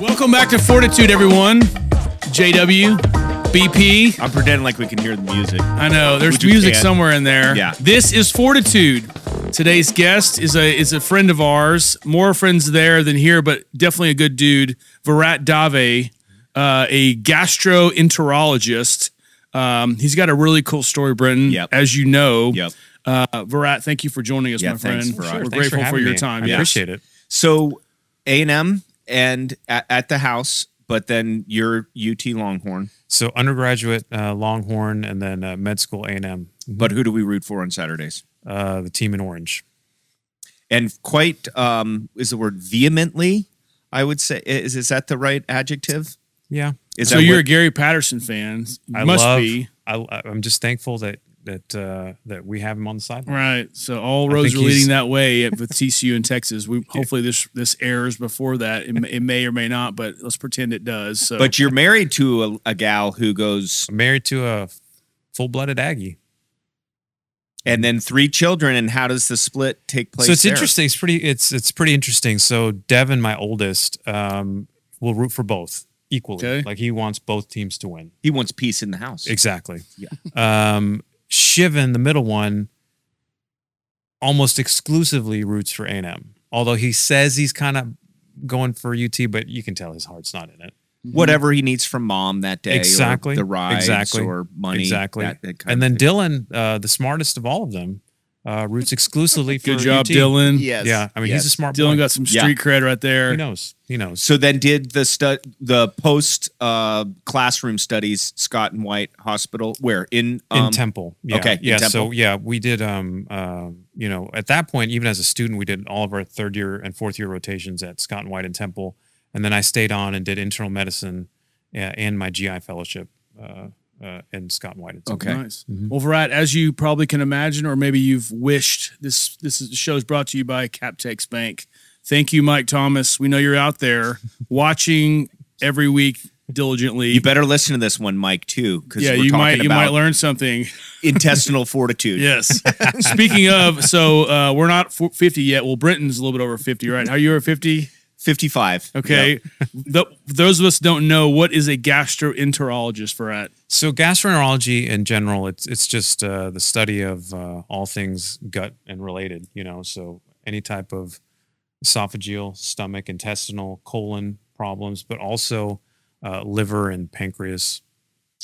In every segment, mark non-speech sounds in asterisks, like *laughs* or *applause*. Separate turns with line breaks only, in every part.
Welcome back to Fortitude, everyone. JW, BP.
I'm pretending like we can hear the music.
I know there's
Which you
music
can.
somewhere in there.
Yeah.
This is Fortitude. Today's guest is a is a friend of ours. More friends there than here, but definitely a good dude. Virat Dave, uh, a gastroenterologist. Um, he's got a really cool story, Brenton.
Yep.
As you know.
Yep.
Uh, Virat, thank you for joining us,
Yeah,
my
thanks,
friend.
Virat.
We're
Thanks
Thanks
grateful for,
having
your
me.
time.
I
Yes.
appreciate it.
So A and M and at, at the house, but then you're UT Longhorn.
So undergraduate uh, Longhorn and then uh, med school A&M,
But who do we root for on Saturdays?
uh, the team in orange.
And quite um, is the word vehemently. I would say is is that the right adjective?
Yeah.
Is
So
that
you're
what-
a Gary Patterson fan. You
I
must
love,
be.
I, I'm just thankful that that uh, that we have him on the sideline.
Right. So all
I
roads are
think
leading
he's-
that way at, with TCU in Texas.
*laughs*
We hopefully this this airs before that. It, may- it may or may not, but let's pretend it does. So
but you're married to a, a gal who goes
I'm married to a full-blooded Aggie.
and then three children. And how does the split take place?
so it's
there?
interesting. It's pretty. It's it's pretty interesting. So Devin, my oldest, um, will root for both equally.
Okay.
Like he wants both teams to win.
He wants peace in the house.
Exactly. Yeah. Um, Shivan, the middle one, almost exclusively roots for A&M. Although he says he's kind of going for UT, but you can tell his heart's not in it.
mm-hmm.
Whatever he needs from mom that day, or
Exactly.
the rides,
Exactly.
or money,
exactly.
that- that kind
and
of
then
thing.
Dylan, uh, the smartest of all of them, uh, roots exclusively for
good job,
UT.
Dylan.
Yes.
Yeah, I mean
Yes.
he's a smart
Dylan
boy.
got some
E Yeah.
street cred right there.
he knows. He knows.
So then, did the stu- the post uh, classroom studies Scott and White Hospital where in um,
in Temple. Yeah.
okay, in
Yeah. So
Temple.
yeah, we did. Um, uh, you know, at that point, even as a student, we did all of our third year and fourth year rotations at Scott and White in Temple, and then I stayed on and did internal medicine uh, and my GI fellowship uh, uh, in Scott and White. In Temple.
Okay. Mm-hmm.
Nice. Well, Virat, as you probably can imagine, or maybe you've wished, this this is, show is brought to you by Captex Bank. Thank you, Mike Thomas. We know you're out
*laughs*
there watching every week diligently.
You better listen to this one, Mike, too, because
yeah,
we're
you
talking
might you might
about
learn something. *laughs*
intestinal fortitude.
*laughs*
Yes. Speaking of, so uh, we're not fo- 50 yet. Well, Brenton's a little bit over 50, right? How you over 50?
Fifty-five.
Okay. *laughs* Th- those of us who don't know what is a gastroenterologist for at.
So gastroenterology in general, it's it's just uh, the study of uh, all things gut and related. You know, so any type of esophageal, stomach, intestinal, colon problems, but also uh, liver and pancreas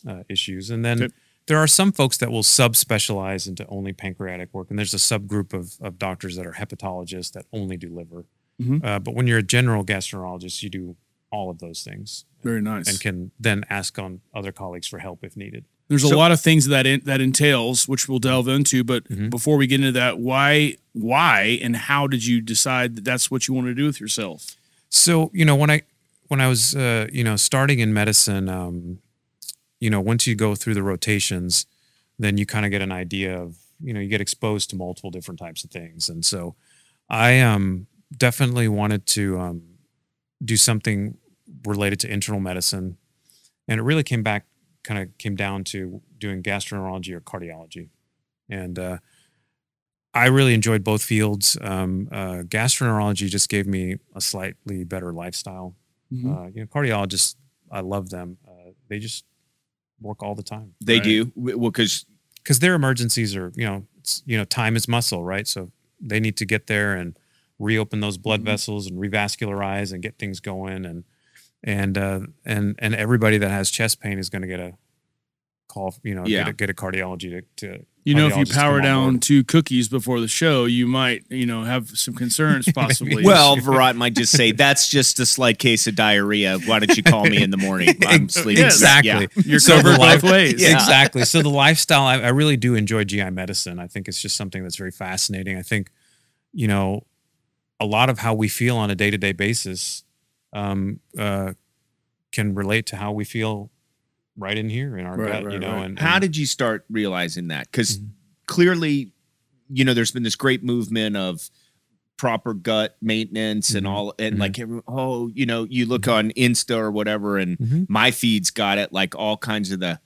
uh, issues. And then
Okay.
there are some folks that will subspecialize into only pancreatic work, and there's a subgroup of of doctors that are hepatologists that only do liver.
Mhm.
Uh, but when you're a general gastroenterologist, you do all of those things
Very nice.
and can then ask on other colleagues for help if needed.
There's a
So-
lot of things that in, that entails, which we'll delve into. But
Mhm.
before we get into that, why, why, and how did you decide that that's what you want to do with yourself?
So you know when I when I was uh, you know starting in medicine, um, you know once you go through the rotations, then you kind of get an idea of you know you get exposed to multiple different types of things, and so I um, definitely wanted to um, do something related to internal medicine, and it really came back kind of came down to doing gastroenterology or cardiology, and uh, I really enjoyed both fields. Um, uh, gastroenterology just gave me a slightly better lifestyle.
Mm-hmm.
Uh, you know, cardiologists, I love them. Uh, they just work all the time
They
Right.
do well because
because their emergencies are, you know, it's, you know, time is muscle, right? So they need to get there and reopen those blood
Mm-hmm.
Mhm.
vessels and revascularize and get things going. And and uh, and and everybody that has chest pain is going to get a call, you know,
Yeah.
get, a, get a cardiology to, to
You know, if you
cardiologist to come
power
on board.
down two cookies before the show, you might, you know, have some
*laughs*
concerns possibly. *laughs*
well, Virat might just say that's just a slight case of diarrhea. Why don't you call me in the
*laughs*
morning? I'm sleeping.
Exactly.
Yeah.
you're
So the
covered both
life-
ways.
*laughs* Yeah.
Exactly. So the lifestyle, I, I really do enjoy GI medicine. I think it's just something that's very fascinating. I think, you know, a lot of how we feel on a day to day basis um, uh, can relate to how we feel right in here in our
Right,
gut,
right,
you know.
right.
And,
How
and-
did you start realizing that? Because
Mhm.
clearly, you know, there's been this great movement of proper gut maintenance and
Mhm.
all, and
Mhm.
like, everyone, oh, you know, you look on Insta or whatever, and
Mhm.
my feed's got it, like all kinds of the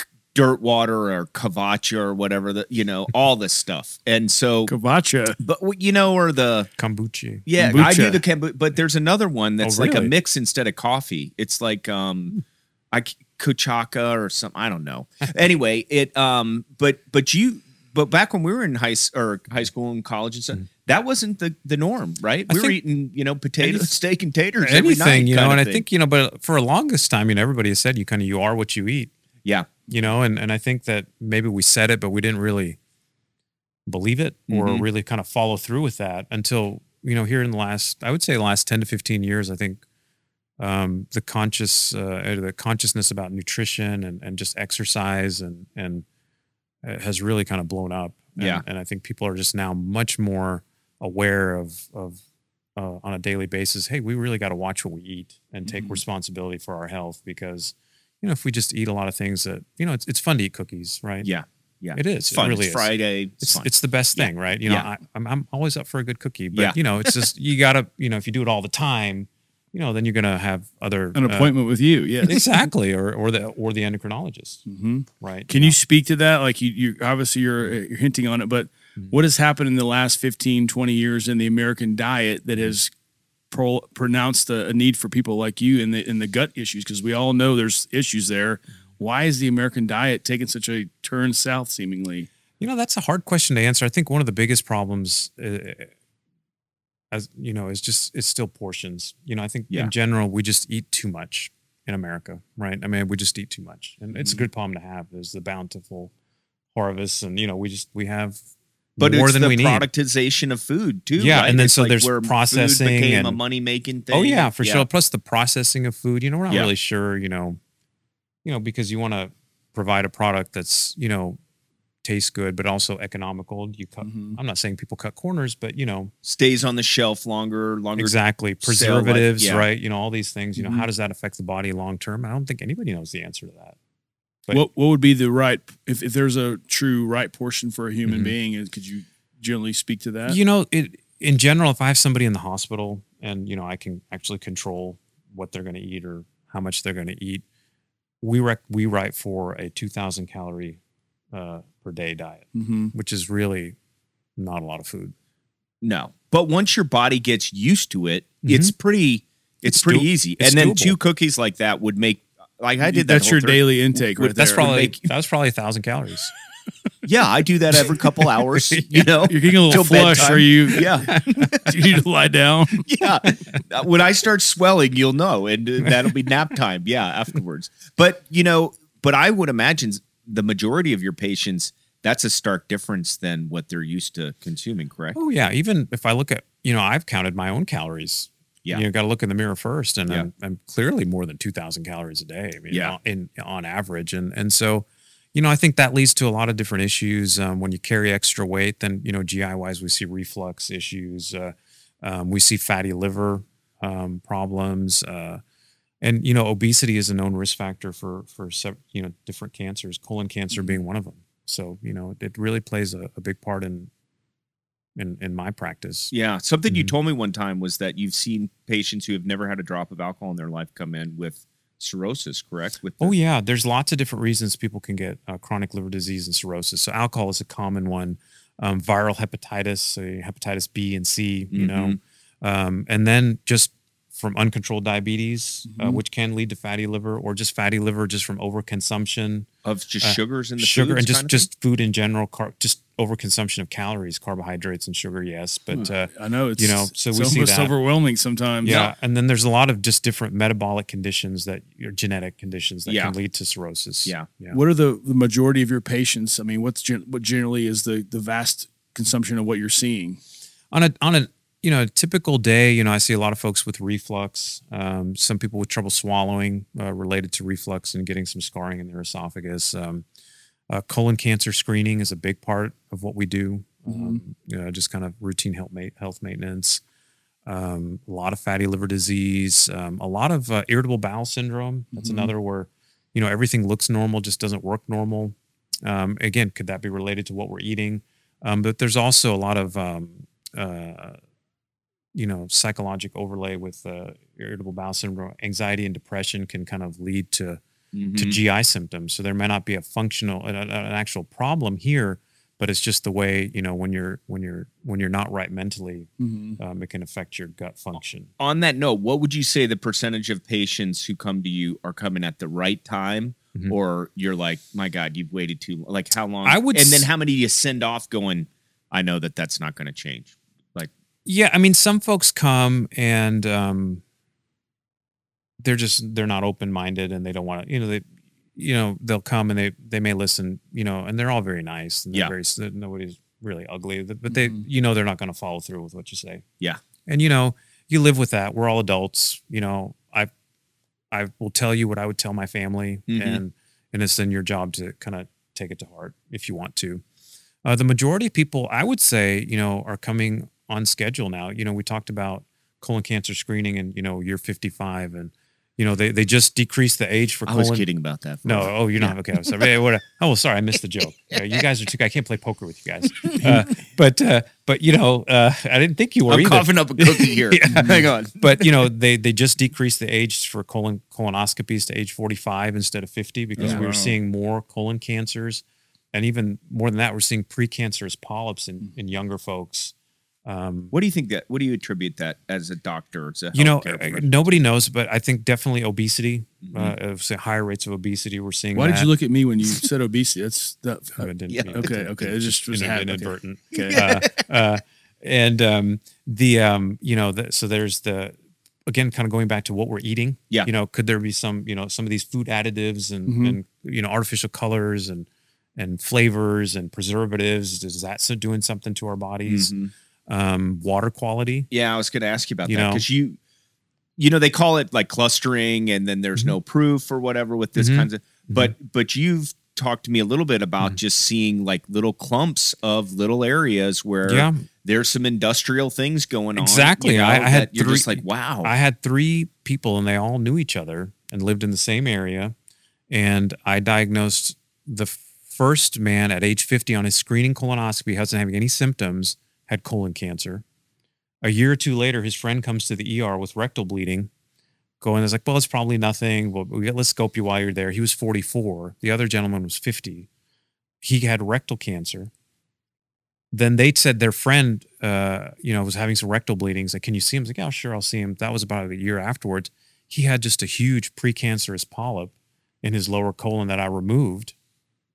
c- Dirtwater or Cavacha or whatever the you know all this stuff. And so,
Kavacha.
but you know, or the
kombucha.
yeah, I
Kombucha.
do the kombu- but there's another one that's
Oh,
like a
really? Hmm.
mix instead of coffee. It's like um I c- kuchaka or something. I don't know. anyway, it um but but you but back when we were in high s- or high school and college and stuff, that wasn't the the norm, right?
Hmm. I
we were
think-
eating, you know, potato steak and taters every night,
Anything, you know,
kinda
and I
thing.
think, you know, but for the longest time, you know, everybody has said you kind of you are what you eat.
yeah.
you know and and i think that maybe we said it but we didn't really believe it or
Mhm.
really kind of follow through with that until you know here in the last i would say the last 10 to 15 years i think um, the conscious uh, or the consciousness about nutrition and, and just exercise and and uh, has really kind of blown up And-
Yeah.
and i think people are just now much more aware of of uh, on a daily basis hey we really got to watch what we eat and take
Mhm.
responsibility for our health because you know if we just eat a lot of things that you know it's, it's fun to eat cookies right
Yeah. Yeah.
it is
It's fun.
it really
it's
is
Friday.
it's,
fun.
it's the best
Yeah.
thing, right? You know,
Yeah.
I, I'm, I'm always up for a good cookie, but
Yeah.
you know, it's just, you gotta, you know, if you do it all the time, you know, then you're going to have other
An
uh,
appointment with you, yes.
*laughs* exactly. Or, or the, or the endocrinologist,
hmm *laughs*
right?
Can you speak to that? Like you, you obviously you're, uh, you're hinting on it, but
Mm-hmm.
what has happened in the last 15, 20 years in the American diet that has pro- pronounced a, a need for people like you in the, in the gut issues? Cause we all know there's issues there. Why is the American diet taking such a turn south seemingly?
You know, that's a hard question to answer. I think one of the biggest problems, uh, as you know, is just it's still portions. You know, I think
Yeah.
in general we just eat too much in America, right? I mean, we just eat too much, and it's a
Mm-hmm.
good problem to have. There's the bountiful harvest, and you know, we just we have
but
more
it's
than
the
we need.
productization of food too.
Yeah,
right?
and then
It's
so there's
where food
processing
became a
and-
money making thing.
Oh yeah, for sure. Plus the processing of food. You know, we're not
Yeah.
really sure. You know, you know because you want to provide a product that's you know tastes good but also economical. You cut.
Mhm.
Mm-hmm.
I'm not saying people cut corners, but you know
Stays on the shelf longer, longer
exactly
sell, like-
preservatives,
yeah. Mm-hmm.
right? You know all these things. You know
Mhm.
how does that affect the body long term? I don't think anybody knows the answer to that. But-
what, what would be the right, if, if there's a true right portion for a human
Mm-hmm.
Mhm.
being, is could you generally speak to that?
You know, it in general, if I have somebody in the hospital and you know I can actually control what they're going to eat or how much they're going to eat, we rec- we write for a 2,000 calorie uh, per day diet,
hmm
which is really not a lot of food.
No. But once your body gets used to it, it's pretty it's,
It's
pretty
do-
easy.
it's
and then
doable.
two cookies like that would make like I did that.
That's
whole
your
thir-
daily intake, right?
That's
there.
probably
make-
that was probably a thousand calories.
Yeah, I do that every couple hours, you know.
You're getting a little
till
flush.
bedtime.
Are
*laughs*
you?
Yeah,
Do you need to lie down?
yeah. Uh, When I start swelling, you'll know, and uh, that'll be nap time. Yeah, afterwards. But you know, but I would imagine the majority of your patients, that's a stark difference than what they're used to consuming. Correct?
Oh yeah, even if I look at you know I've counted my own calories.
Yeah.
you got to look in the mirror first, and I'm, I'm clearly more than two thousand calories a day. I mean,
Yeah.
in on average, and and so you know I think that leads to a lot of different issues. Um, when you carry extra weight, then you know GI wise we see reflux issues, uh, um, we see fatty liver um, problems. Uh, and you know, obesity is a known risk factor for for sev- you know different cancers, colon cancer being one of them. So you know, it really plays a, a big part in in in my practice.
Yeah. Something you
Mhm.
told me one time was that you've seen patients who have never had a drop of alcohol in their life come in with cirrhosis. Correct? With the-
Oh yeah, there's lots of different reasons people can get uh, chronic liver disease and cirrhosis. So alcohol is a common one. Um, viral hepatitis, so hepatitis B and C, you know, um, and then just from uncontrolled diabetes, uh,
Mhm.
which can lead to fatty liver, or just fatty liver just from overconsumption.
of just
Uh,
sugars in the
sugar
foods
and just
kind of thing?
just food in general car- just overconsumption of calories carbohydrates and sugar yes
Hmm.
but uh,
I know it's
You know, so
it's
we see
almost
that.
overwhelming sometimes.
yeah and then there's a lot of just different metabolic conditions that your genetic conditions that
Yeah.
can lead to cirrhosis
Yeah.
yeah
What are the, the majority of your patients? I mean, what's gen- what generally is the the vast consumption of what you're seeing?
on a on a you know typical day you know i see a lot of folks with reflux um, some people with trouble swallowing uh, related to reflux and getting some scarring in their esophagus um, uh, colon cancer screening is a big part of what we do
Mm-hmm.
um, you know just kind of routine health, ma- health maintenance um, a lot of fatty liver disease um, a lot of uh, irritable bowel syndrome that's
Mhm.
another where you know everything looks normal just doesn't work normal um, again could that be related to what we're eating um, but there's also a lot of um, uh, you know psychologic overlay with uh, irritable bowel syndrome anxiety and depression can kind of lead to
Mm-hmm.
to GI symptoms. So there may not be a functional, an, an an actual problem here, but it's just the way you know when you're when you're when you're not right mentally,
Mm-hmm.
um, it can affect your gut function.
on that note, what would you say the percentage of patients who come to you are coming at the right time?
Mhm.
Or you're like, my God, you've waited too long. Like how long?
I would
and then
s-
how many do you send off going, I know that that's not going to change.
Yeah, I mean, some folks come and um, they're just they're not open minded and they don't want to. You know, they you know they'll come and they they may listen. You know, and they're all very nice and they're
Yeah.
very s- nobody's really ugly, but but they
Mhm.
you know they're not going to follow through with what you say.
Yeah.
and you know you live with that. We're all adults. You know, I I will tell you what I would tell my family,
Mhm.
and and it's then your job to kind of take it to heart if you want to. Uh, the majority of people, I would say, you know, are coming on schedule now. You know, we talked about colon cancer screening, and you know, you're 55, and you know, they they just decreased the age for
I
colon.
was kidding about that. *laughs*
No, oh, you're not okay. I'm sorry. Hey, what- oh, sorry, I missed the joke. Uh, you guys are too. I can't play poker with you guys.
*laughs*
Uh, but uh, but you know, uh, I didn't think you were
I'm
either
coughing up a
*laughs*
cookie here. *laughs* Hang on.
but you know they they just decreased the age for colon colonoscopies to age 45 instead of 50 because we
Wow.
were seeing more colon cancers and even more than that we're seeing precancerous polyps in, in younger folks um,
What do you think that? What do you attribute that as a doctor? As a
you know
healthcare
uh,
professional?
nobody knows but i think definitely obesity
Mhm.
uh, of say higher rates of obesity we're seeing
Why did
that.
you look at me when you said obesity? That's that. uh,
I didn't
Yeah.
mean-
Okay, okay. It just was
in-
happening.
inadvertent
Okay.
uh, uh, and um, the um, you know the, so there's the again kind of going back to what we're eating
Yeah.
you know could there be some you know some of these food additives and
Mhm.
and you know artificial colors and and flavors and preservatives is that so doing something to our bodies
Mhm.
um, water quality
Yeah, I was going to ask you about
Mm-hmm. You
that
know.
because you, you know, they call it like clustering, and then there's
Mhm.
no proof or whatever with this
Mhm.
kinds of. But but you've talked to me a little bit about
Mhm.
just seeing like little clumps of little areas where
yeah
there's some industrial things going on.
Exactly.
you know,
I- I
that
had
you're just
three-
like wow.
I had three people and they all knew each other and lived in the same area. And I diagnosed the first man at age 50 on his screening colonoscopy, wasn't having any symptoms, had colon cancer. A year or two later, his friend comes to the ER with rectal bleeding. Going, is like, well, it's probably nothing. Well, we- let's scope you while you're there. He was 44. The other gentleman was 50. He had rectal cancer then they said their friend, uh, you know, was having some rectal bleedings. Like, can you see him? I was like, yeah, sure, I'll see him. That was about a year afterwards. He had just a huge precancerous polyp in his lower colon that I removed.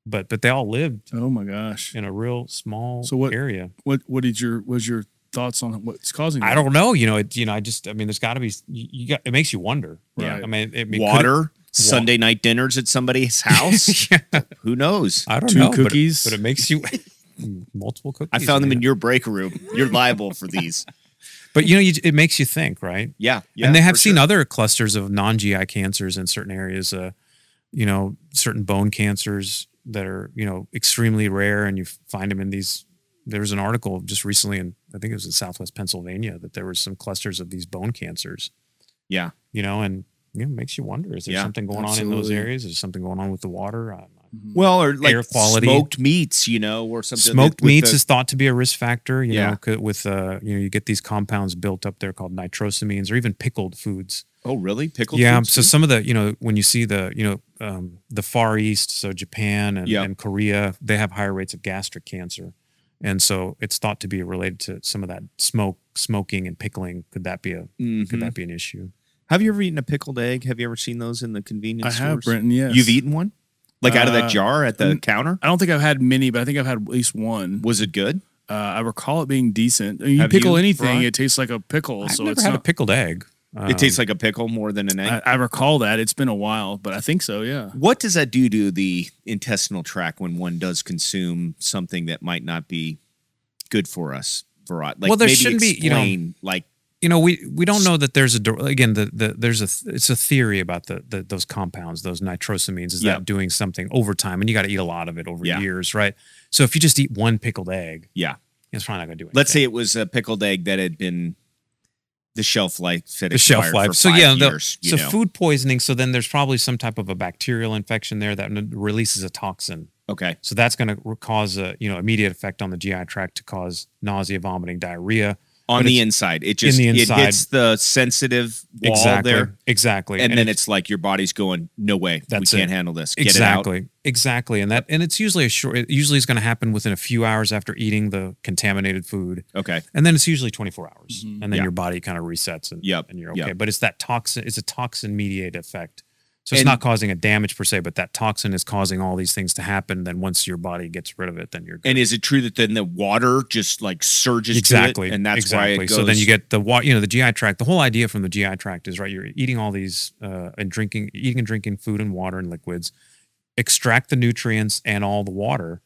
But but they all lived
Oh my gosh.
in a real small
So what-
area.
What what did your was your thoughts on what's causing?
I
that?
don't know. You know, it, you know, I just, I mean, there's got to be. You, you got, it makes you wonder.
Right.
I mean, it, I mean, could it-
water. Sunday night dinners at
*laughs*
somebody's house.
yeah,
Who knows?
I don't
Two
know. but it-
cookies?
but it, makes you *laughs* multiple cookies.
I found them
man.
in your break room. You're liable for these.
But you know, you, it makes you think, right?
Yeah, yeah
and they have
for
seen
sure.
other clusters of non-GI cancers in certain areas. Uh, you know, certain bone cancers that are you know extremely rare, and you find them in these. There was an article just recently, in I think it was in Southwest Pennsylvania, that there was some clusters of these bone cancers.
Yeah.
you know, and you know, makes you wonder: is there
Yeah,
something going on in those
absolutely.
areas? Is something going on with the water? I'm not-
Mm-hmm.
Well, or like
air quality.
smoked meats, you know, or something.
Smoked
with
meats
the-
is thought to be a risk factor. You
Yeah.
know, co- with uh, you know, you get these compounds built up there called nitrosamines, or even pickled foods.
oh, really? Pickled.
yeah
foods
so
too?
some of the you know when you see the you know um, the far east so japan and,
Yeah.
and korea they have higher rates of gastric cancer and so it's thought to be related to some of that smoke smoking and pickling could that be a could
Mhm.
that be an issue
Have you ever eaten a pickled egg? Have you ever seen those in the convenience
I have,
stores?
Brenton. Yes.
You've eaten one, like out of
Uh,
that jar at the
n-
counter.
I don't think I've had many, but I think I've had at least one.
Was it good?
Uh, I recall it being decent. I mean, you
Have
pickle
you,
anything,
Ron?
it tastes like a pickle.
Oh,
i've
so
never
it's
had a
not,
pickled egg Um,
it tastes like a pickle more than an egg.
um, I, I recall that. It's been a while, but I think so. Yeah.
what does that do to the intestinal tract when one does consume something that might not be good for us, Virat? Like
Well, there
maybe
shouldn't be,
explain,
you know-
like
you know we we don't know that there's a dir- again the, the there's a th- it's a theory about the, the those compounds those nitrosamines is
Yeah.
that doing something over time and you got to eat a lot of it over
Yeah.
years right so if you just eat one pickled egg
yeah.
it's probably not going to do anything
Let's say it was a pickled egg that had been the shelf life said
the shelf life. So yeah, the-
years, you
so
know.
food poisoning. So then there's probably some type of a bacterial infection there that n- releases a toxin.
okay,
So that's going to cause a you know immediate effect on the GI tract to cause nausea, vomiting, diarrhea.
on
But
the
it's-
inside. It just
the inside.
it hits the sensitive wall
exactly
there,
exactly
and, then
it-
it's, like your body's going, "No way,
That's
we can't
it.
handle this." Get it out.
exactly exactly and that and it's usually a short it usually is going to happen within a few hours after eating the contaminated food
Okay,
and then it's usually 24 hours
Mhm.
and then
Mm-hmm. Yeah.
your body kind of resets and,
Yep,
and you're okay
yep.
but it's that toxin it's a toxin mediated effect so it's
And-
not causing a damage per se but that toxin is causing all these things to happen then once your body gets rid of it then you're good.
and is it true that then the water just like surges to it,
exactly
and that's
exactly
why it goes?
so then you get the wa- you know the gi tract the whole idea from the gi tract is right you're eating all these uh, and drinking eating and drinking food and water and liquids extract the nutrients and all the water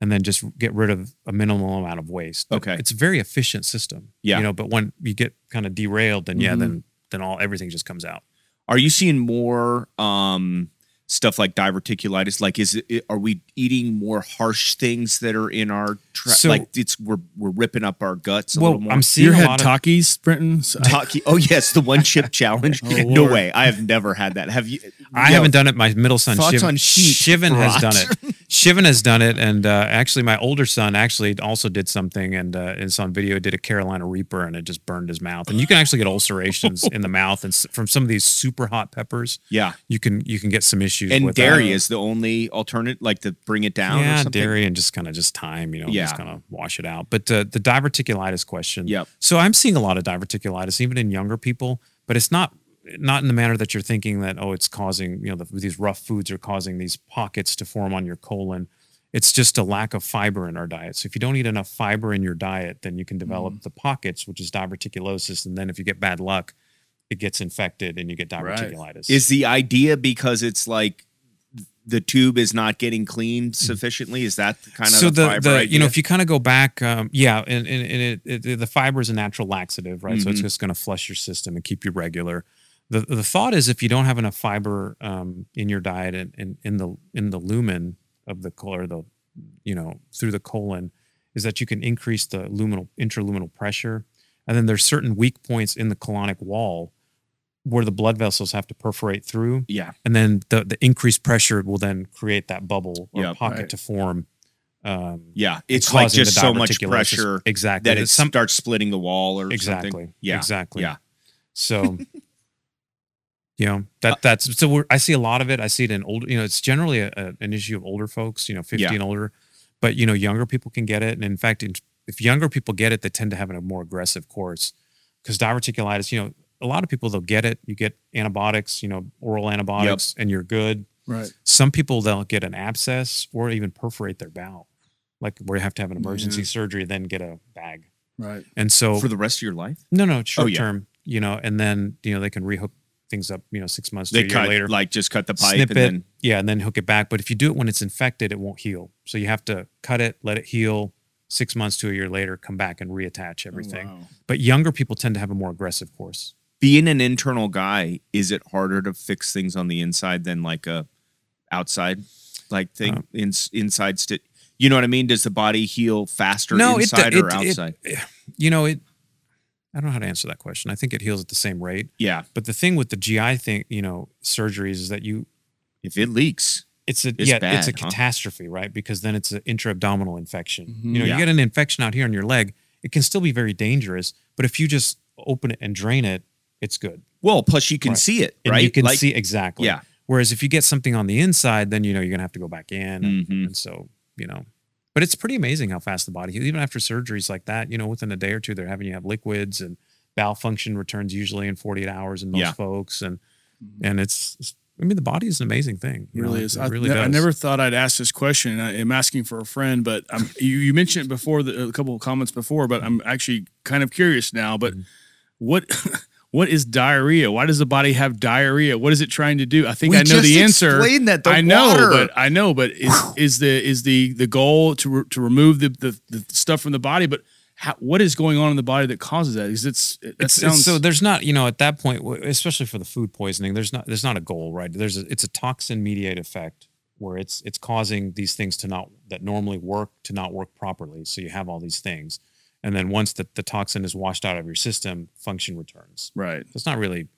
and then just get rid of a minimal amount of waste But
Okay.
it's a very efficient system
Yeah. Mm-hmm.
you know but when you get kind of derailed then yeah
Mhm.
then then all everything just comes out
Are you seeing more um stuff like diverticulitis? Like, is it are we eating more harsh things that are in our tra-
So-
like it's we're we're ripping up our guts a little more?
i'm
You
seeing
ever
a
had
lot of
Takis, Brenton?
*laughs*
So-
Taki- oh yes, the one chip challenge.
Oh,
no
Lord.
way, I have never had that. Have you?
I
Yo,
haven't done it. My middle son,
Thoughts
Shiv-
on heat,
Shivan, has
Brat?
done
*laughs*
it. Shivan has done it, and uh, actually, my older son actually also did something, and uh, it's on video. Did a Carolina Reaper, and it just burned his mouth. And you can actually get ulcerations in the mouth, and s- from some of these super hot peppers,
Yeah,
you can you can get some issues.
and
with
dairy
that.
is the only alternative, like to bring it down. or
yeah,
something?
dairy, and just kind of just time, you know,
Yeah.
just kind of wash it out. But uh, the diverticulitis question,
Yep.
so I'm seeing a lot of diverticulitis, even in younger people, but it's not not in the manner that you're thinking that oh, it's causing you know the, these rough foods are causing these pockets to form on your colon. It's just a lack of fiber in our diet. So if you don't eat enough fiber in your diet, then you can develop
Mm.
the pockets, which is diverticulosis, and then if you get bad luck, it gets infected and you get
Right.
diverticulitis.
Is the idea because it's like the tube is not getting cleaned sufficiently? Is that the kind of
Hmm. so the,
fiber
the you
idea?
know if you kind of go back um, yeah and, and, and it, it, the fiber is a natural laxative right so it's
Mhm.
just going to flush your system and keep you regular the, the thought is if you don't have enough fiber um, in your diet and, and in the in the lumen of the colon or the you know through the colon is that you can increase the luminal interluminal pressure and then there's certain weak points in the colonic wall where the blood vessels have to perforate through
yeah,
and then the, the increased pressure will then create that bubble or
Yeah,
pocket
right.
to form. Um,
yeah, it's like
causing the
just so much
diverticulosis.
pressure
exactly
that
There's
it starts splitting the wall or
exactly
something. Yeah,
exactly
yeah. *laughs*
So you know
Uh,
that that's so we're, I see a lot of it. I see it in older. You know, it's generally a, a- an issue of older folks. You know, fifty
Yeah.
and older, but you know, younger people can get it. And in fact, in- if younger people get it, they tend to have a more aggressive course because diverticulitis. You know, a lot of people they'll get it. You get antibiotics. You know, oral antibiotics, and you're good
right.
some people they'll get an abscess or even perforate their bowel like where you have to have an emergency surgery then get a bag
Right.
and so
For the rest of your life,
no no it's
Oh,
short
yeah.
term you know and then you know they can rehook things up you know six months to
they
a year
cut
later
like just cut the pipe
snip
and
it
then
yeah and then hook it back but if you do it when it's infected it won't heal so you have to cut it let it heal six months to a year later come back and reattach everything
Oh, wow.
but younger people tend to have a more aggressive course
being an internal guy, is it harder to fix things on the inside than like a outside like
Uh-huh.
thing in, inside sti- you know what I mean? Does the body heal faster
No, it-
inside or
it- it-
outside?
you know it i don't know how to answer that question i think it heals at the same rate
yeah,
but the thing with the gi thing you know surgeries is that you
if it leaks,
it's a
It's
yeah, it's a
bad, huh?
catastrophe, right? Because then it's an intra-abdominal infection.
Mhm.
You know,
Mm-hmm. Yeah.
you get an infection out here on your leg, it can still be very dangerous. But if you just open it and drain it, it's good.
well, plus you can
Right.
see it,
And
right?
you can
Like-
see exactly.
yeah.
Whereas if you get something on the inside, then you know you're gonna have to go back in. And,
Mhm.
and so, you know. But it's pretty amazing how fast the body heals. Even after surgeries like that, you know, within a day or two, they're having you have liquids and bowel function returns usually in 48 hours in most
Yeah.
folks. And and it's, it's- I mean, the body is an amazing thing.
Mm-hmm. It
you know,
really is.
It
I,
really
ne- I
does.
never thought I'd ask this question. and I am asking for a friend, but I'm, *laughs* you, you mentioned it before, the, a couple of comments before, but I'm actually kind of curious now.
Mm-hmm.
But what *laughs* what is diarrhea? Why does the body have diarrhea? What is it trying to do? I think
We
I know
just
the answer.
explained that, the
I know,
water.
but I know, but
*sighs*
is is the is the the goal to re- to remove the, the the stuff from the body? But how, what is going on in the body that causes that? Is it's that
It's- it's-
sounds
so there's not you know at that point w- especially for the food poisoning there's not there's not a goal right there's a, it's a toxin mediated effect where it's it's causing these things to not that normally work to not work properly so you have all these things and then once the, the toxin is washed out of your system function returns
right.
So it's not really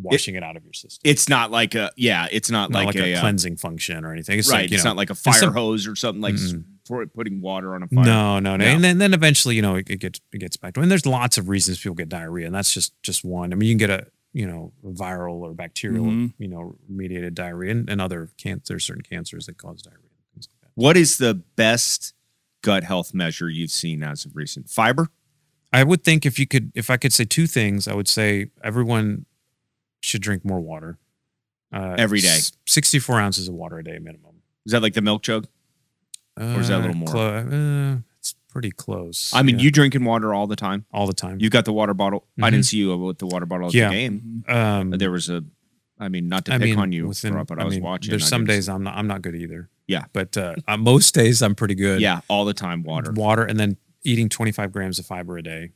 washing it, out of your system
it's not like a yeah, it's not,
not
like, a, uh,
cleansing function or anything it's
right.
like you
it's
know mm-hmm.
not like a fire
some-
hose or something like s-
Mm-mm.
pour- putting water on a fire.
No, no, no,
No.
and then, then eventually, you know, it, it gets it gets back to. And there's lots of reasons people get diarrhea, and that's just just one. I mean, you can get a you know viral or bacterial,
Mhm.
Mm-hmm.
you know, mediated diarrhea, and, and other cancer, certain cancers that cause diarrhea. and Things like
What is the best gut health measure you've seen as of recent? Fiber.
that. I would think if you could, if I could say two things, I would say everyone should drink more water uh,
Every day.
s- Sixty-four ounces of water a day minimum.
Is that like the milk jug?
Or
is that a little more?
uh, it's pretty close.
I mean,
Yeah.
you drinking water all the time.
all the time.
You got the water bottle. I
Mhm.
didn't see you with the water bottle at
Yeah.
the game.
um,
There was a, I mean, not to pick on you, Farah, but I, was watching.
There's
I
some
didn't-
days I'm not I'm not good either.
Yeah.
but uh, on most days I'm pretty good.
Yeah, all the time water.
water, and then eating 25 grams of fiber a day.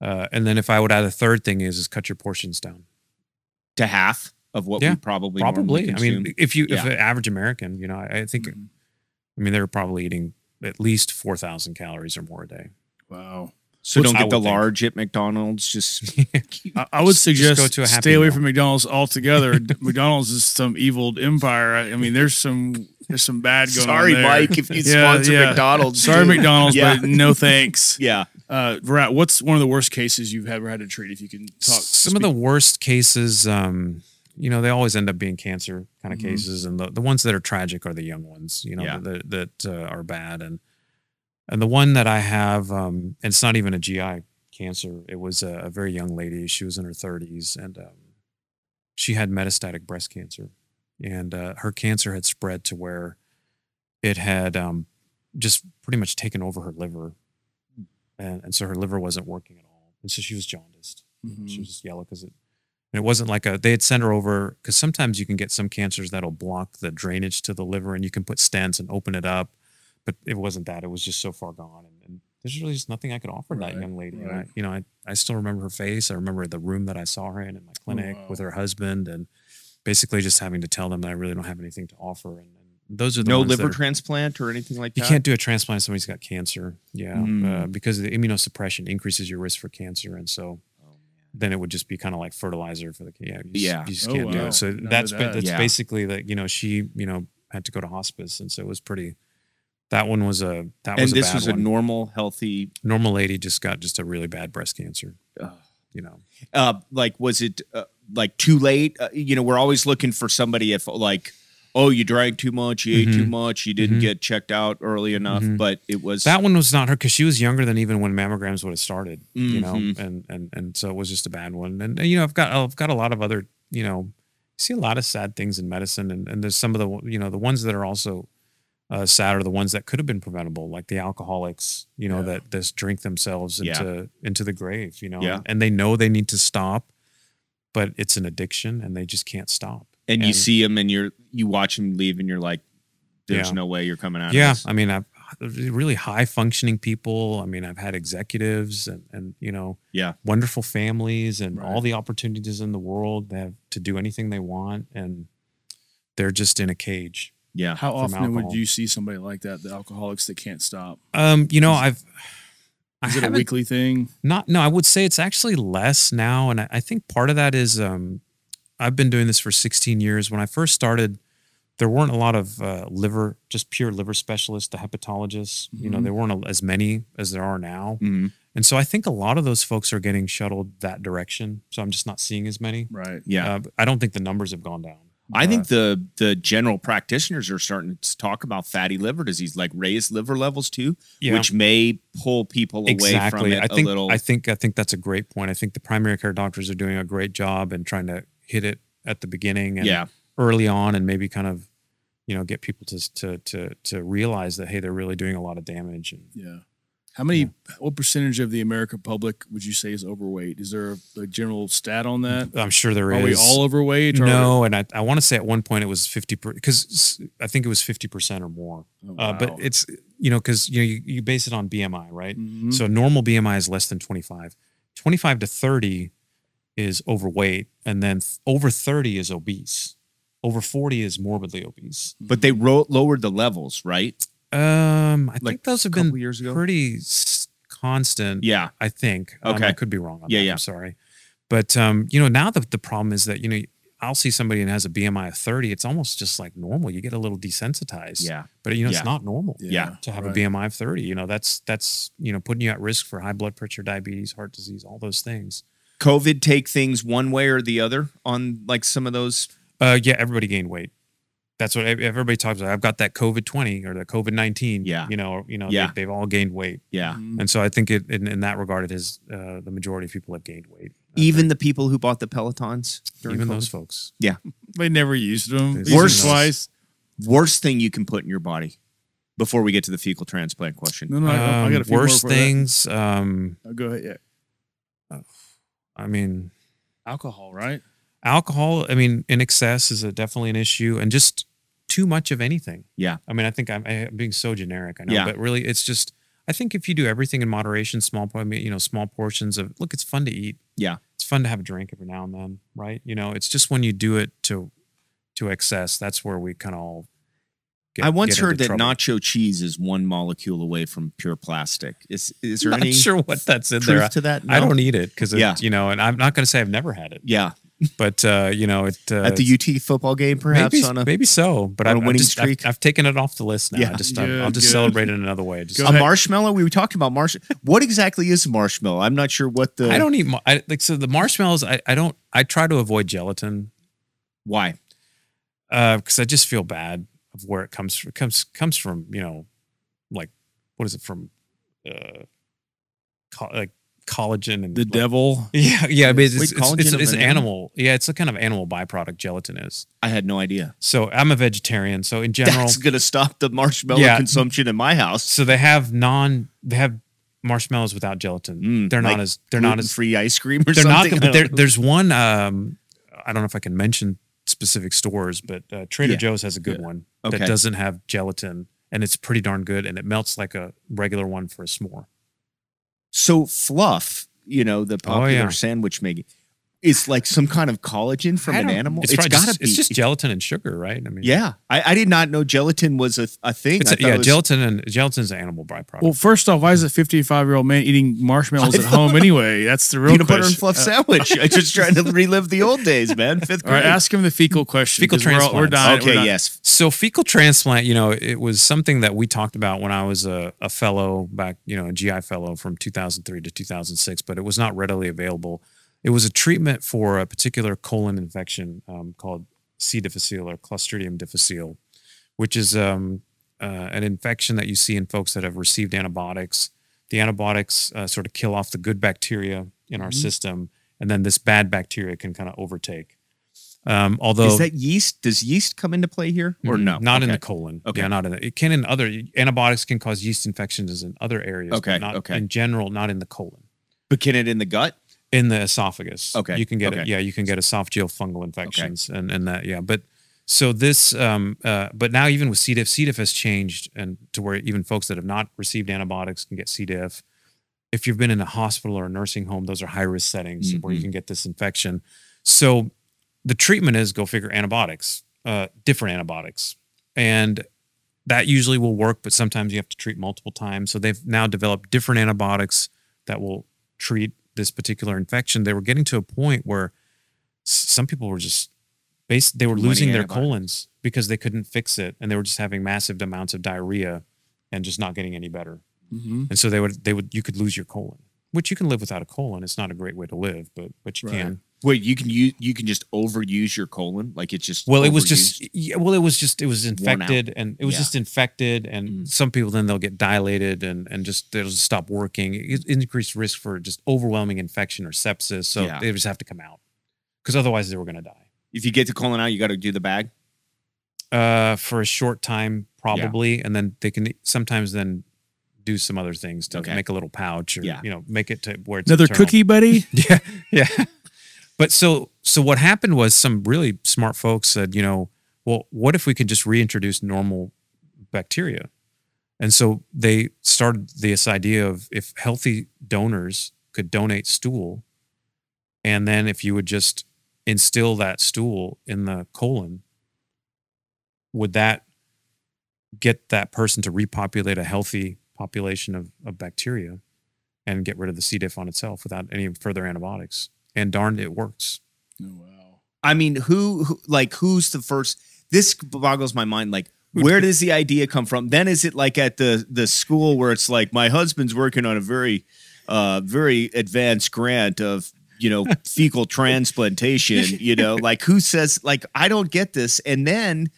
Uh, and then if I would add a third thing is is cut your portions down.
To half of what
Yeah,
we probably normally
Probably, I mean,
consume.
if you if
Yeah. Mm.
an average American, you know, I, I think, I mean, they're probably eating at least 4,000 calories or more a day. *laughs*
Wow.
so
which
don't
I
get the
would think.
large at McDonald's.
*laughs*
Just
I, I would
Just- just
suggest
go to a Happy
stay away
Meal.
from McDonald's
*laughs*
altogether. McDonald's is some evil empire. I, I mean, there's some there's some bad going
sorry,
on. there.
Mike, *laughs* if you
Yeah,
sponsor
yeah.
*laughs* McDonald's.
Sorry,
*laughs*
dude.
McDonald's,
Yeah.
but
*laughs*
no thanks.
Yeah,
Uh, Virat, what's one of the worst cases you've ever had to treat? If you can talk,
some of the worst cases um you know they always end up being cancer kind of
Mhm.
cases and the, the ones that are tragic are the young ones you know
Yeah.
that that uh, are bad and and the one that i have um and it's not even a gi cancer it was a, a very young lady she was in her 30s and um, she had metastatic breast cancer and uh, her cancer had spread to where it had um, just pretty much taken over her liver and, and so her liver wasn't working at all and so she was jaundiced
Mm-hmm.
she was just yellow because it and it wasn't like a they had sent her over because sometimes you can get some cancers that'll block the drainage to the liver and you can put stents and open it up but it wasn't that it was just so far gone and, and there's really just nothing i could offer
Right,
that young lady and
right.
I, you know I, I still remember her face i remember the room that i saw her in in my clinic
Oh, wow.
with her husband and basically just having to tell them that i really don't have anything to offer and, and those are the
no
ones that
liver
are-
transplant or anything like
you
that.
can't do a transplant if somebody's got cancer yeah
Mm.
uh, because the immunosuppression increases your risk for cancer and so
Oh,
then it would just be kind of like fertilizer for the yeah you just,
Yeah.
you just
Oh,
can't do
wow.
it so
None of
that's ba-
that.
that's
Yeah.
basically that you know she you know had to go to hospice and so it was pretty that one was a that
and
was a
this
bad
was a
one.
normal, healthy.
normal lady just got just a really bad breast cancer you know
Uh, like, was it uh, like too late? Uh, you know, we're always looking for somebody if like, oh, you drank too much, you ate too
Mhm.
much, you didn't
Mhm.
get checked out early enough.
Mhm.
But it was
that one was not her because she was younger than even when mammograms would have started you know
Mhm.
and and and so it was just a bad one and, and, you know i've got i've got a lot of other you know see a lot of sad things in medicine and, and there's some of the you know the ones that are also uh, sad are the ones that could have been preventable like the alcoholics you know
Yeah.
that just drink themselves
Yeah.
into into the grave you know
Yeah.
and, they know they need to stop but it's an addiction and they just can't stop
and you
and-
see him and you're you watch him leave and you're like, there's
Yeah.
no way you're coming out.
yeah
of this.
i mean i've really high functioning people i mean i've had executives and and you know
Yeah.
wonderful families and
Right.
all the opportunities in the world they have to do anything they want and they're just in a cage
yeah.
How
from
often
alcohol.
would you see somebody like that? The alcoholics that can't stop.
um you know i've I
Is it a
haven't-
weekly thing?
Not no, I would say it's actually less now, and I, I think part of that is um, I've been doing this for 16 years. When I first started, there weren't a lot of uh, liver, just pure liver specialists, the hepatologists. You know,
Mhm.
there weren't a, as many as there are now,
Mhm.
and so I think a lot of those folks are getting shuttled that direction. So I'm just not seeing as many.
Right.
Yeah.
Uh, but I don't think the numbers have gone down.
I
Uh,
think the the general practitioners are starting to talk about fatty liver disease, like raised liver levels too,
yeah.
which may pull people away from it
I
a
think,
little.
I think I think that's a great point. I think the primary care doctors are doing a great job and trying to hit it at the beginning and
yeah,
early on and maybe kind of you know get people to to to to realize that hey they're really doing a lot of damage and
Yeah. How many?
Yeah.
What percentage of the American public would you say is overweight? Is there a, a general stat on that?
i'm sure there is
Are we all overweight? Or
no and i, I want to say at one point it was 50 because i think it was 50% or more
Oh,
uh,
wow.
but it's you know because you, know, you you base it on bmi right
Mm-hmm.
Mhm.
so normal bmi is less than 25 25 to 30 is overweight and then th- over 30 is obese over 40 is morbidly obese
Mm-hmm.
but they ro- lowered the levels, right?
um i
Like
think those
A
have
couple
been
years ago.
pretty s- constant
yeah,
I think. Um,
Okay.
I could be wrong on
Yeah,
that.
yeah.
I'm sorry. But um, you know, now the, the problem is that, you know, I- I'll see somebody and has a BMI of 30. It's almost just like normal. You get a little desensitized.
Yeah.
But you know,
Yeah.
it's not normal.
Yeah.
To have
right.
a BMI of 30, you know, that's that's you know putting you at risk for high blood pressure, diabetes, heart disease, all those things.
COVID take things one way or the other on like some of those.
Uh, yeah, everybody gained weight. That's what ev- everybody talks about. I've got that COVID 20 or the COVID 19.
Yeah.
You know, or, you know,
Yeah.
they, have all gained weight.
Mm-hmm.
Yeah.
And so I think it, in, in that regard, it is uh, the majority of people have gained weight. Uh,
Even the people who bought the Pelotons. during
even
COVID.
those folks.
They never used them.
Worse.
Worse twice.
Worst thing you can put in your body before we get to the fecal transplant question.
No, no, I, I
Um,
got a few
worse
more for that.
things. Um,
Oh, go ahead. Yeah.
I mean,
Alcohol, right?
alcohol i mean in excess is a, definitely an issue and just too much of anything
Yeah.
i mean i think i'm, I'm being so generic i know
Yeah.
but really it's just i think if you do everything in moderation small por- I mean, you know small portions of look it's fun to eat
Yeah.
it's fun to have a drink every now and then right you know it's just when you do it to to excess that's where we kind of all get,
I once
get into
heard that
trouble. *laughs*
nacho cheese is one molecule away from pure plastic. Is is there
not
any
sure what that's in
truth
there
to that?
i
No?
don't eat it because
Yeah.
you know and i'm not going to say i've never had it
Yeah,
but uh you know it uh,
at the UT football game, perhaps
maybe,
on a
maybe so, but
on
I've,
a
I've
winning
just- I've-
streak?
I've, taken it off the list now.
Yeah.
I just, I'll-
Good,
I'll just
good.
celebrate it another way. Just,
Go
a
ahead.
marshmallow. We were talking about marsh. What exactly is marshmallow? I'm not sure what the.
I don't eat. mar- I, like so the marshmallows. I, I don't. I try to avoid gelatin
Why?
because I just feel bad of where it comes from. comes comes from. You know, like what is it from? Uh, co- like collagen and
The
like-
devil.
*laughs* Yeah, yeah. But it's
Wait,
it's, it's, it's,
collagen of
it's
an
an
animal?
animal. Yeah, it's a kind of animal byproduct. Gelatin is.
I had no idea.
So I'm a vegetarian. So in general,
That's gonna stop the marshmallow
Yeah.
consumption in my house.
so they have non. They have marshmallows without gelatin.
Mm,
they're
like
not as. They're not as
free ice cream or
they're not
something.
the,
I
but
don't
there,
know.
there's one um i don't know if i can mention specific stores but uh, trader
Yeah.
joe's has a good one
Okay.
that doesn't have gelatin and it's pretty darn good and it melts like a regular one for a s'more
*laughs* so fluff. You know the popular
Oh, yeah.
sandwich making. It's like some kind of collagen from
I
an
don't-
animal.
it's,
it's
probably
gotta
just,
be.
it's just gelatin and sugar right i mean
yeah, I, I did not know gelatin was a, a thing.
it's
I
a,
thought
yeah
it was-
gelatin and gelatin is an animal byproduct
Well, first off, why is a 55 year old man eating marshmallows
I
at home *laughs* anyway? That's the real
peanut
question.
butter and
Uh,
fluff sandwich. I'm
*laughs*
just trying to relive the old days, man. Fifth
All right,
grade.
ask him the fecal question.
Fecal
'cause we're, all- we're dying.
transplants.
we're
okay,
dying.
yes.
so fecal transplant you know it was something that we talked about when i was a, a fellow back you know a gi fellow from 2003 to 2006 but it was not readily available it was a treatment for a particular colon infection um, called c difficile or clostridium difficile which is um, uh, an infection that you see in folks that have received antibiotics the antibiotics uh, sort of kill off the good bacteria in
Mm-hmm.
our
Mhm.
system and then this bad bacteria can kind of overtake um, although
Is that yeast? Does yeast come into play here or
Mm-mm,
no?
Mm-hmm. Not in
Okay.
the colon.
Okay.
Yeah, not in the, it can in other antibiotics can cause yeast infections in other areas. but
Okay,
Not,
okay.
In general, not in the colon.
But can it in the gut?
In the esophagus.
Okay,
You can get it.
okay.
Yeah, you can get esophageal fungal infections and and that. Yeah, but so this um uh but now even with C diff, C diff has changed and to where even folks that have not received antibiotics can get C diff. If you've been in a hospital or a nursing home, those are high risk settings where you
Mhm.
can get this infection. So the treatment is go figure antibiotics, uh, different antibiotics, and that usually will work. But sometimes you have to treat multiple times. So they've now developed different antibiotics that will treat this particular infection. They were getting to a point where s- some people were just bas they were
Too many
losing their
antibiotics.
colons because they couldn't fix it, and they were just having massive amounts of diarrhea and just not getting any better.
Mhm.
And so they would they would you could lose your colon, which you can live without a colon. It's not a great way to live, but but you
Right.
can.
Wait, you can use you can just overuse your colon, like it's just
Well, it was just
overused?
yeah, well, it was just it was
out.
infected, and it was
Yeah.
just infected, and
Mm.
some people then they'll get dilated and and just they'll just stop working. It- It increased risk for just overwhelming infection or sepsis, so
Yeah.
they just have to come out because otherwise they were going to die.
if you get the colon out, you got to do the bag.
Uh, for a short time, probably, and then they can sometimes then do some other things to
Okay.
make a little pouch or
Yeah.
you know make it to where it's
Another
internal.
cookie, buddy.
Yeah, yeah. But so so what happened was some really smart folks said, you know, well, what if we could just reintroduce normal bacteria? And so they started this idea of if healthy donors could donate stool, and then if you would just instill that stool in the colon, would that get that person to repopulate a healthy population of, of bacteria and get rid of the C. diff on itself without any further antibiotics? And darn, it works.
*laughs* Oh, wow.
I mean, who, who like who's the first? This boggles my mind. Like, where does the idea come from? Then is it like at the the school where it's like my husband's working on a very, uh, very advanced grant of you *laughs* know fecal transplantation? You know, like who says like I don't get this, and then.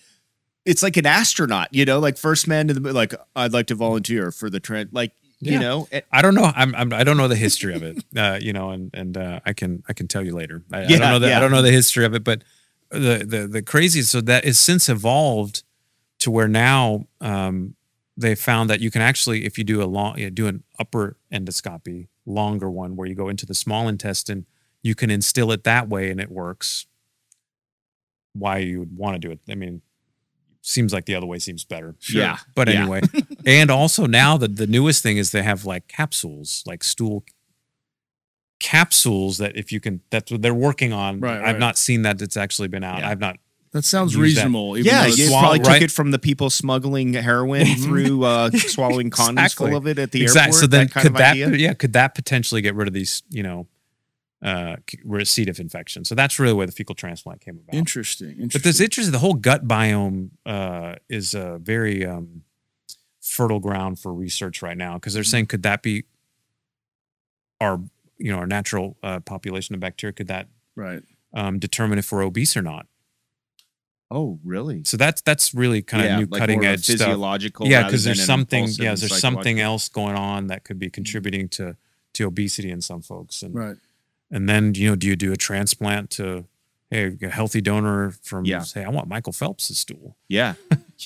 It's like an astronaut, you know, like first man to the moon. Like I'd like to volunteer for the trend, like you
Yeah.
know, a-
I don't know. I'm, I'm I don't know the history
*laughs*
of it. Uh, you know, and and uh, I can I can tell you later. I, I don't
Yeah,
know the
yeah.
I don't know the history of it, but the the the crazy. So that is since evolved to where now um, they found that you can actually, if you do a long, you do an upper endoscopy, longer one where you go into the small intestine, you can instill it that way, and it works. Why you would want to do it? I mean, seems like the other way seems better.
Sure. Yeah.
But
Yeah.
anyway, and also now the the newest thing is they have like capsules, like stool capsules that if you can, that's what they're working on.
Right,
I've
right.
not seen that it's actually been out.
Yeah.
I've not.
That sounds
Use that.
reasonable. even
Yeah,
though it's
you
swallow-
probably took
right? Mm-hmm.
it from the people smuggling heroin through
*laughs*
uh, swallowing condoms
Exactly.
full of it at the
exact-
airport.
So then
that kind
could
of
that
idea.
yeah could that potentially get rid of these you know uh c- where it's C. diff infection? So that's really where the fecal transplant came about.
Interesting. interesting.
But this interesting. The whole gut biome uh, is a very um, fertile ground for research right now because they're
Mm-hmm.
saying could that be our you know our natural uh, population of bacteria? Could that
right.
um, determine if we're obese or not?
Oh, really?
So that's that's really kind of
Yeah,
new
like
cutting
more of a
edge stuff.
physiological.
Yeah,
rather
because
than
there's
an
something.
impulsive
Yeah, there's something
psychological- Mm-hmm.
else going on that could be contributing to to obesity in some folks. And
Right.
and then you know do you do a transplant to hey a healthy donor from
Yeah.
say I want Michael Phelps' stool. *laughs*
Yeah.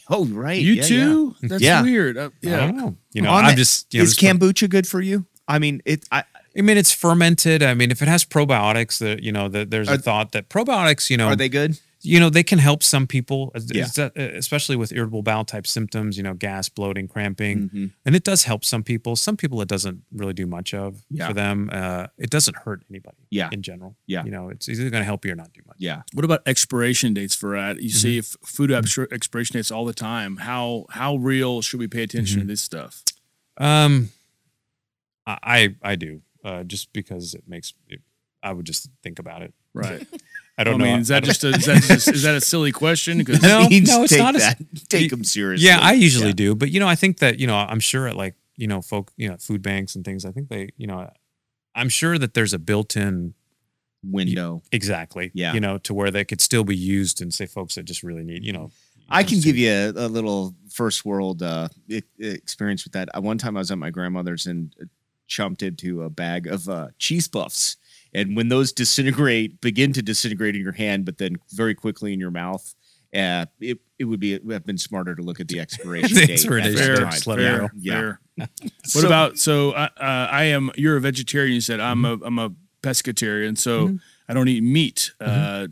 Oh, right.
You
yeah, yeah.
too? That's
Yeah.
weird. Uh,
I
yeah.
don't know. You know,
Oh. On
I'm
it-
just, you know,
Is
just-
kombucha good for you? I mean, it. I,
I mean, it's fermented. I mean, if it has probiotics, that you know, that there's
Are-
a thought that probiotics, you know,
are they good?
you know, they can help some people, es-
Yeah.
es- especially with irritable bowel type symptoms, you know, gas, bloating, cramping,
Mhm.
and it does help some people. Some people, it doesn't really do much of
Yeah.
for them. Uh, it doesn't hurt anybody.
Yeah.
in general.
Yeah.
you know, it's either going to help you or not do much.
Yeah.
What about expiration dates for that? You see
Mm-hmm.
f- food abstra- expiration dates all the time. How how real should we pay attention
Mm-hmm.
to this stuff?
Um, I I, I do uh, just because it makes it, I would just think about it.
Right.
I
I,
don't know.
mean, is that
I don't-
just a, is that just is that a silly question?
*laughs*
Because
*laughs*
No,
That means
no, it's
take
not as-
that. take them seriously.
Yeah, I usually do, but you know, I think that you know, I'm sure at like you know, folk, you know, food banks and things. I think they, you know, I'm sure that there's a built-in
window.
exactly,
Yeah.
you know, to where they could still be used and say folks that just really need, you know,
I can give you a, a little first world uh, e- experience with that. Uh, One time I was at my grandmother's and uh, chumped into a bag of uh, cheese puffs. And when those disintegrate, begin to disintegrate in your hand, but then very quickly in your mouth, uh, it, it would be it would have been smarter to look *laughs* at the expiration
The
date. at
expiration
the
date.
time.
Just let it
fair,
know.
Yeah.
fair. What
So-
about so uh, uh, I am you're a vegetarian you said I'm
Mm-hmm.
a I'm a pescatarian so I don't eat meat.
Mm-hmm.
Uh,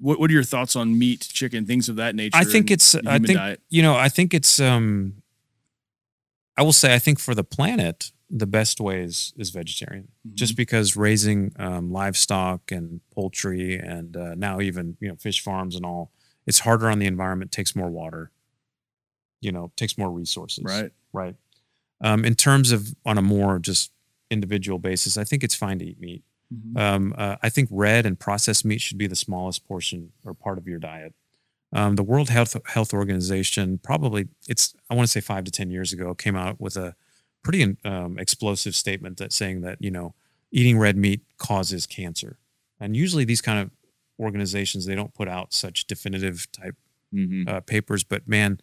what what are your thoughts on meat, chicken, things of that nature?
I think
in
it's
the
I
human
think
diet?
you know, I think it's um I will say I think for the planet the best way is is vegetarian.
Mm-hmm.
Just because raising um, livestock and poultry and uh, now even, you know, fish farms and all, it's harder on the environment, takes more water. You know, takes more resources.
right.
Right. Um, in terms of on a more just individual basis, I think it's fine to eat meat.
Mm-hmm.
Um, uh, I think red and processed meat should be the smallest portion or part of your diet. Um, the World Health Health Organization probably it's I want to say five to ten years ago came out with a pretty um, explosive statement that saying that you know eating red meat causes cancer, and usually these kind of organizations they don't put out such definitive type
Mhm.
uh, papers, but man,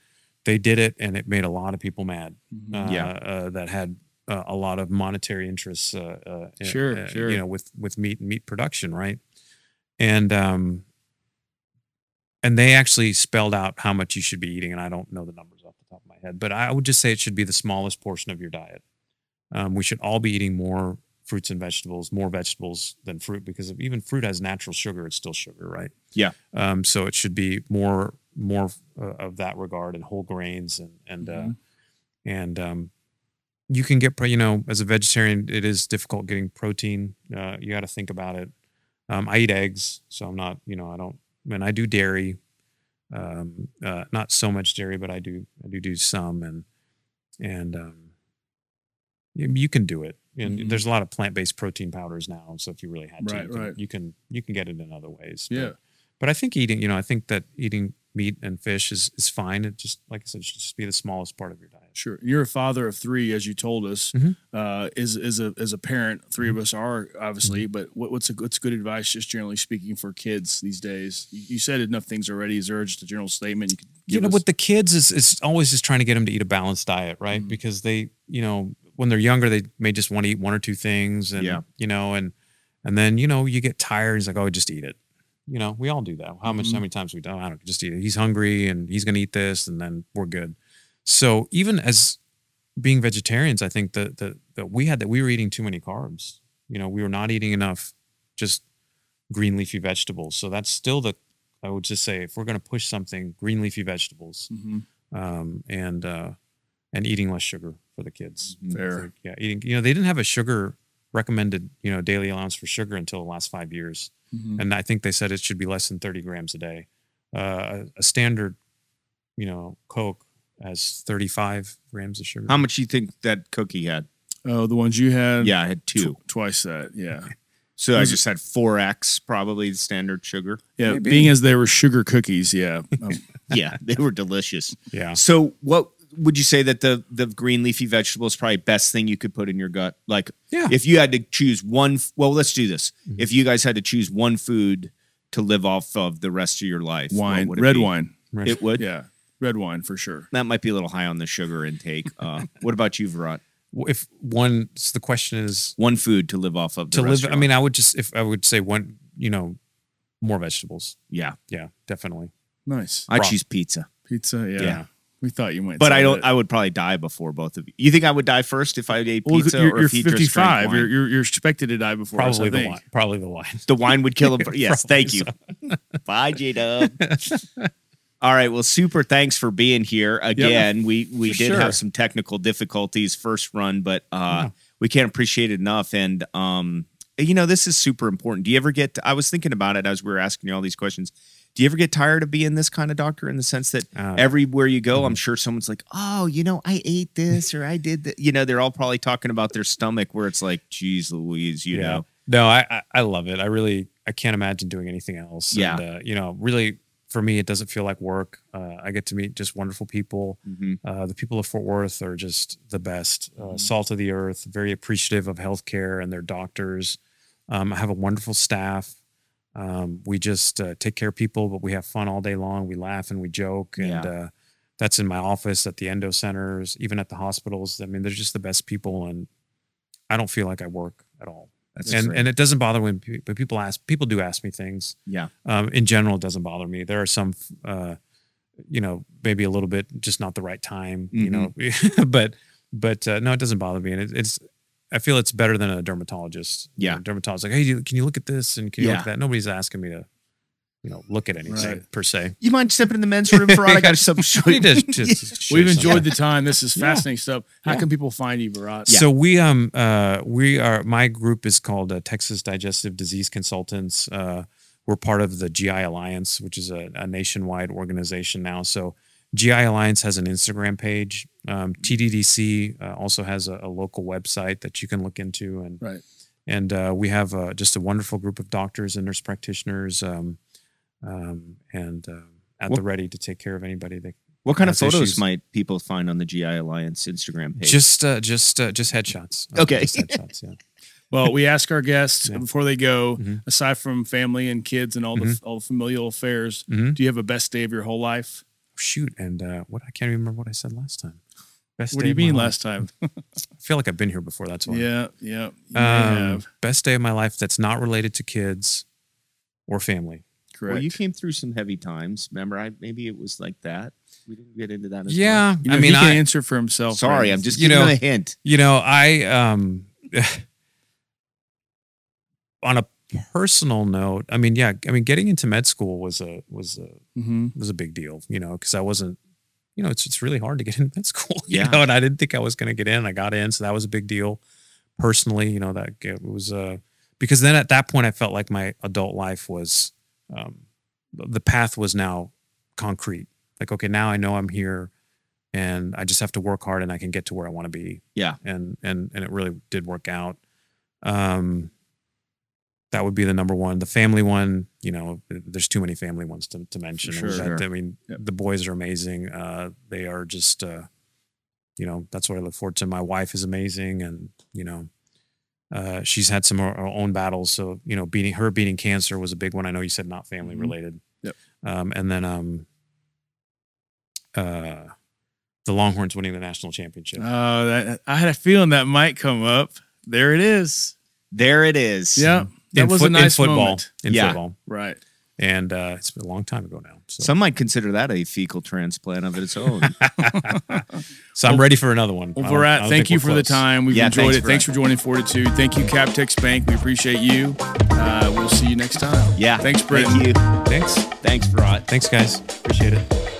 they did it and it made a lot of people mad
Mhm.
uh,
Yeah.
uh, that had uh, a lot of monetary interests. Uh, uh, in-
Sure,
uh,
sure.
You know, with with meat and meat production, right? And um, and they actually spelled out how much you should be eating, and I don't know the numbers off the top of my head, but I would just say it should be the smallest portion of your diet. Um, we should all be eating more fruits and vegetables, more vegetables than fruit, because if even fruit has natural sugar, it's still sugar, right?
Yeah.
Um, so it should be more more uh, of that regard and whole grains and and uh,
Mhm.
and um, you can get pro- you know as a vegetarian it is difficult getting protein. Uh, you got to think about it. Um, I eat eggs, so I'm not you know I don't. I mean I do dairy, um, uh, not so much dairy, but I do I do do some and and um, you you can do it. And
Mhm.
there's a lot of plant-based protein powders now, so if you really had to,
Right,
you can,
right.
you can you can get it in other ways. but-
Yeah.
But I think eating, you know, I think that eating meat and fish is is fine. It just like I said, should just be the smallest part of your diet.
Sure. You're a father of three, as you told us.
Mhm.
Mm-hmm.
Uh, as, as a as a parent, 3 of us are obviously.
Mm-hmm.
But what, what's a, what's good advice, just generally speaking, for kids these days? You, you said enough things already. Is there just a general statement you could give
you know,
us?
with the kids, it's, it's always just trying to get them to eat a balanced diet,
Mm-hmm.
right? Because they, you know, when they're younger, they may just want to eat one or two things, and
Yeah.
you know, and and then you know, you get tired. He's like, oh, just eat it. You know, we all do that. How much?
Mm-hmm.
How many times we do? I don't know, just eat it. He's hungry, and he's gonna eat this, and then we're good. So even as being vegetarians, I think that that that we had that we were eating too many carbs. You know, we were not eating enough just green leafy vegetables. So that's still the I would just say if we're going to push something, green leafy vegetables
Mhm.
um, and uh, and eating less sugar for the kids.
Mm-hmm.
Fair.
Yeah, eating. You know, they didn't have a sugar recommended you know daily allowance for sugar until the last five years,
Mhm.
and I think they said it should be less than thirty grams a day. Uh, a, a standard, you know, Coke has thirty-five grams of sugar.
How much you think that cookie had?
Oh, the ones you had.
Yeah, I had
tw-
Um, two.
twice that.
*laughs*
Yeah.
So I
Was-
just had four X, probably the standard sugar.
Yeah.
Maybe.
Being as they were sugar cookies.
*laughs*
Yeah. Um,
Yeah, they were delicious.
yeah.
So what would you say that the the green leafy vegetable is probably best thing you could put in your gut? Like,
Yeah.
if you had to choose one, f- well, let's do this.
Mm-hmm.
If you guys had to choose one food to live off of the rest of your life, what
wine,
would it
red
be?
wine.
Right.
It would.
Yeah. Red wine for sure.
That might be a little high on the sugar intake. Uh, what about you, Virat?
if one, so the question is
One food to live off of. The
to
rest
live.
of your
I mean, I would just if I would say one, you know, more vegetables.
life? yeah,
Yeah, definitely.
Nice.
I
Broth.
choose pizza,
Pizza. Yeah.
Yeah.
We thought you might.
but
say
I don't.
that.
I would probably die before both of you. You think I would die first if I ate pizza
well, you're,
or
you're
if you just drank
55.
wine?
You're, you're you're expected to die before. us, I
Probably the
think.
wine. Probably the wine.
The wine would kill him. For, yes,
Probably
thank you. Bye, J
*laughs*
Dub. All right. Well, super. Thanks for being here again. We we
For
did
sure.
have some technical difficulties first run, but uh,
Yeah.
we can't appreciate it enough. And um, you know, this is super important. Do you ever get? I was thinking about it as we were asking you all these questions. Do you ever get tired of being this kind of doctor in the sense that
*laughs* Uh,
everywhere you go, I'm sure someone's like, "Oh, you know, I ate this or I did that." You know, they're all probably talking about their stomach, where it's like, "Geez, Louise," you know.
No, I, I I love it. I really I can't imagine doing anything else.
Yeah.
And, uh, you know, really for me, it doesn't feel like work. Uh, I get to meet just wonderful people.
Mhm.
Uh, the people of Fort Worth are just the best, uh, salt of the earth, very appreciative of healthcare and their doctors. Um, I have a wonderful staff. Um, we just uh, take care of people, but we have fun all day long. We laugh and we joke, and
Yeah.
uh, that's in my office, at the endo centers, even at the hospitals. I mean, they're just the best people, and I don't feel like I work at all
That's
and
great.
and it doesn't bother me. pe- But people ask, people do ask me things.
Yeah.
Um, in general, it doesn't bother me. There are some, uh, you know, maybe a little bit, just not the right time. You know,
Mm-hmm.
*laughs* but but uh, no, it doesn't bother me, and it, it's. I feel it's better than a dermatologist. You
Yeah.
know, dermatologist like, hey, do you- can you look at this and can you look
Yeah.
at that? Nobody's asking me to, you know, look at anything
Right.
per se.
You mind stepping in the men's room for I got
*laughs*
some *laughs*
We just-
We've
just share something.
enjoyed the time. This is
Yeah.
fascinating stuff. How
Yeah.
can people find you, Barat?
So we um uh we are my group is called uh, Texas Digestive Disease Consultants. Uh, we're part of the GI Alliance, which is a, a nationwide organization now. So GI Alliance has an Instagram page. Um, TDDC uh, also has a, a local website that you can look into, and
Right.
and uh, we have uh, just a wonderful group of doctors and nurse practitioners, um, um, and uh, at the
Well-
ready to take care of anybody that
What kind of
That's
photos
issues.
might people find on the GI Alliance Instagram page?
just uh, just uh, just headshots. Uh,
Okay.
just headshots. Yeah.
Well, we ask our guests
Yeah.
before they go,
Mhm.
aside from family and kids and all
Mm-hmm.
the all the familial affairs,
Mhm.
do you have a best day of your whole life?
shoot and uh what i can't remember what i said last time best
what
day
do you
of my
mean
life.
last time?
i feel like i've been here before that's why
yeah, yeah. you may
um,
have.
best day of my life that's not related to kids or family
Correct.
well, you came through some heavy times. Remember, I maybe it was like that. We didn't get into that. As
yeah
You know,
i mean
he can
i
answer for
well.
himself.
Sorry,
right?
I'm just
You
giving
know-
them a hint.
you know i um *laughs* on a personal note i mean yeah i mean getting into med school was a was a
Mhm.
was a big deal, you know, because I wasn't, you know, it's it's really hard to get *laughs* into med school, you
Yeah.
know, and I didn't think I was going to get in. I got in, so that was a big deal. Personally, you know, that it was uh because then at that point I felt like my adult life was um the path was now concrete. Like okay, now I know I'm here and I just have to work hard and I can get to where I want to be.
Yeah.
And and and it really did work out. Um that would be the number one. The family one, you know, there's too many family ones to, to mention.
Sure,
That-
sure.
I mean,
Yep.
the boys are amazing. Uh, they are just, uh, you know, that's what I look forward to. My wife is amazing, and you know, uh, she's had some of her own battles. So you know, beating her beating cancer was a big one. I know you said not family
Mhm.
related.
Yep.
Um, and then um, uh, the Longhorns winning the national championship.
Uh, that, I had a feeling that might come up. There it is.
There it is.
Yeah, that
In
was
foot-
a nice
in football.
moment.
In
Yeah.
football,
Right.
and uh, it's been a long time ago now. So,
Some might consider that a fecal transplant of its
*laughs*
own.
so I'm ready for another one.
Well,
I don't- I
Virat,
don't
thank
think
you
we're
for
close.
the time. We've
Yeah,
enjoyed
thanks,
it. Thanks for
Virat.
joining Fortitude. Thank you, Captex Bank. We appreciate you. Uh, we'll see you next time.
yeah.
Thanks, Brent.
Thank you.
Thanks.
Thanks, Brett.
Thanks, guys. Appreciate it.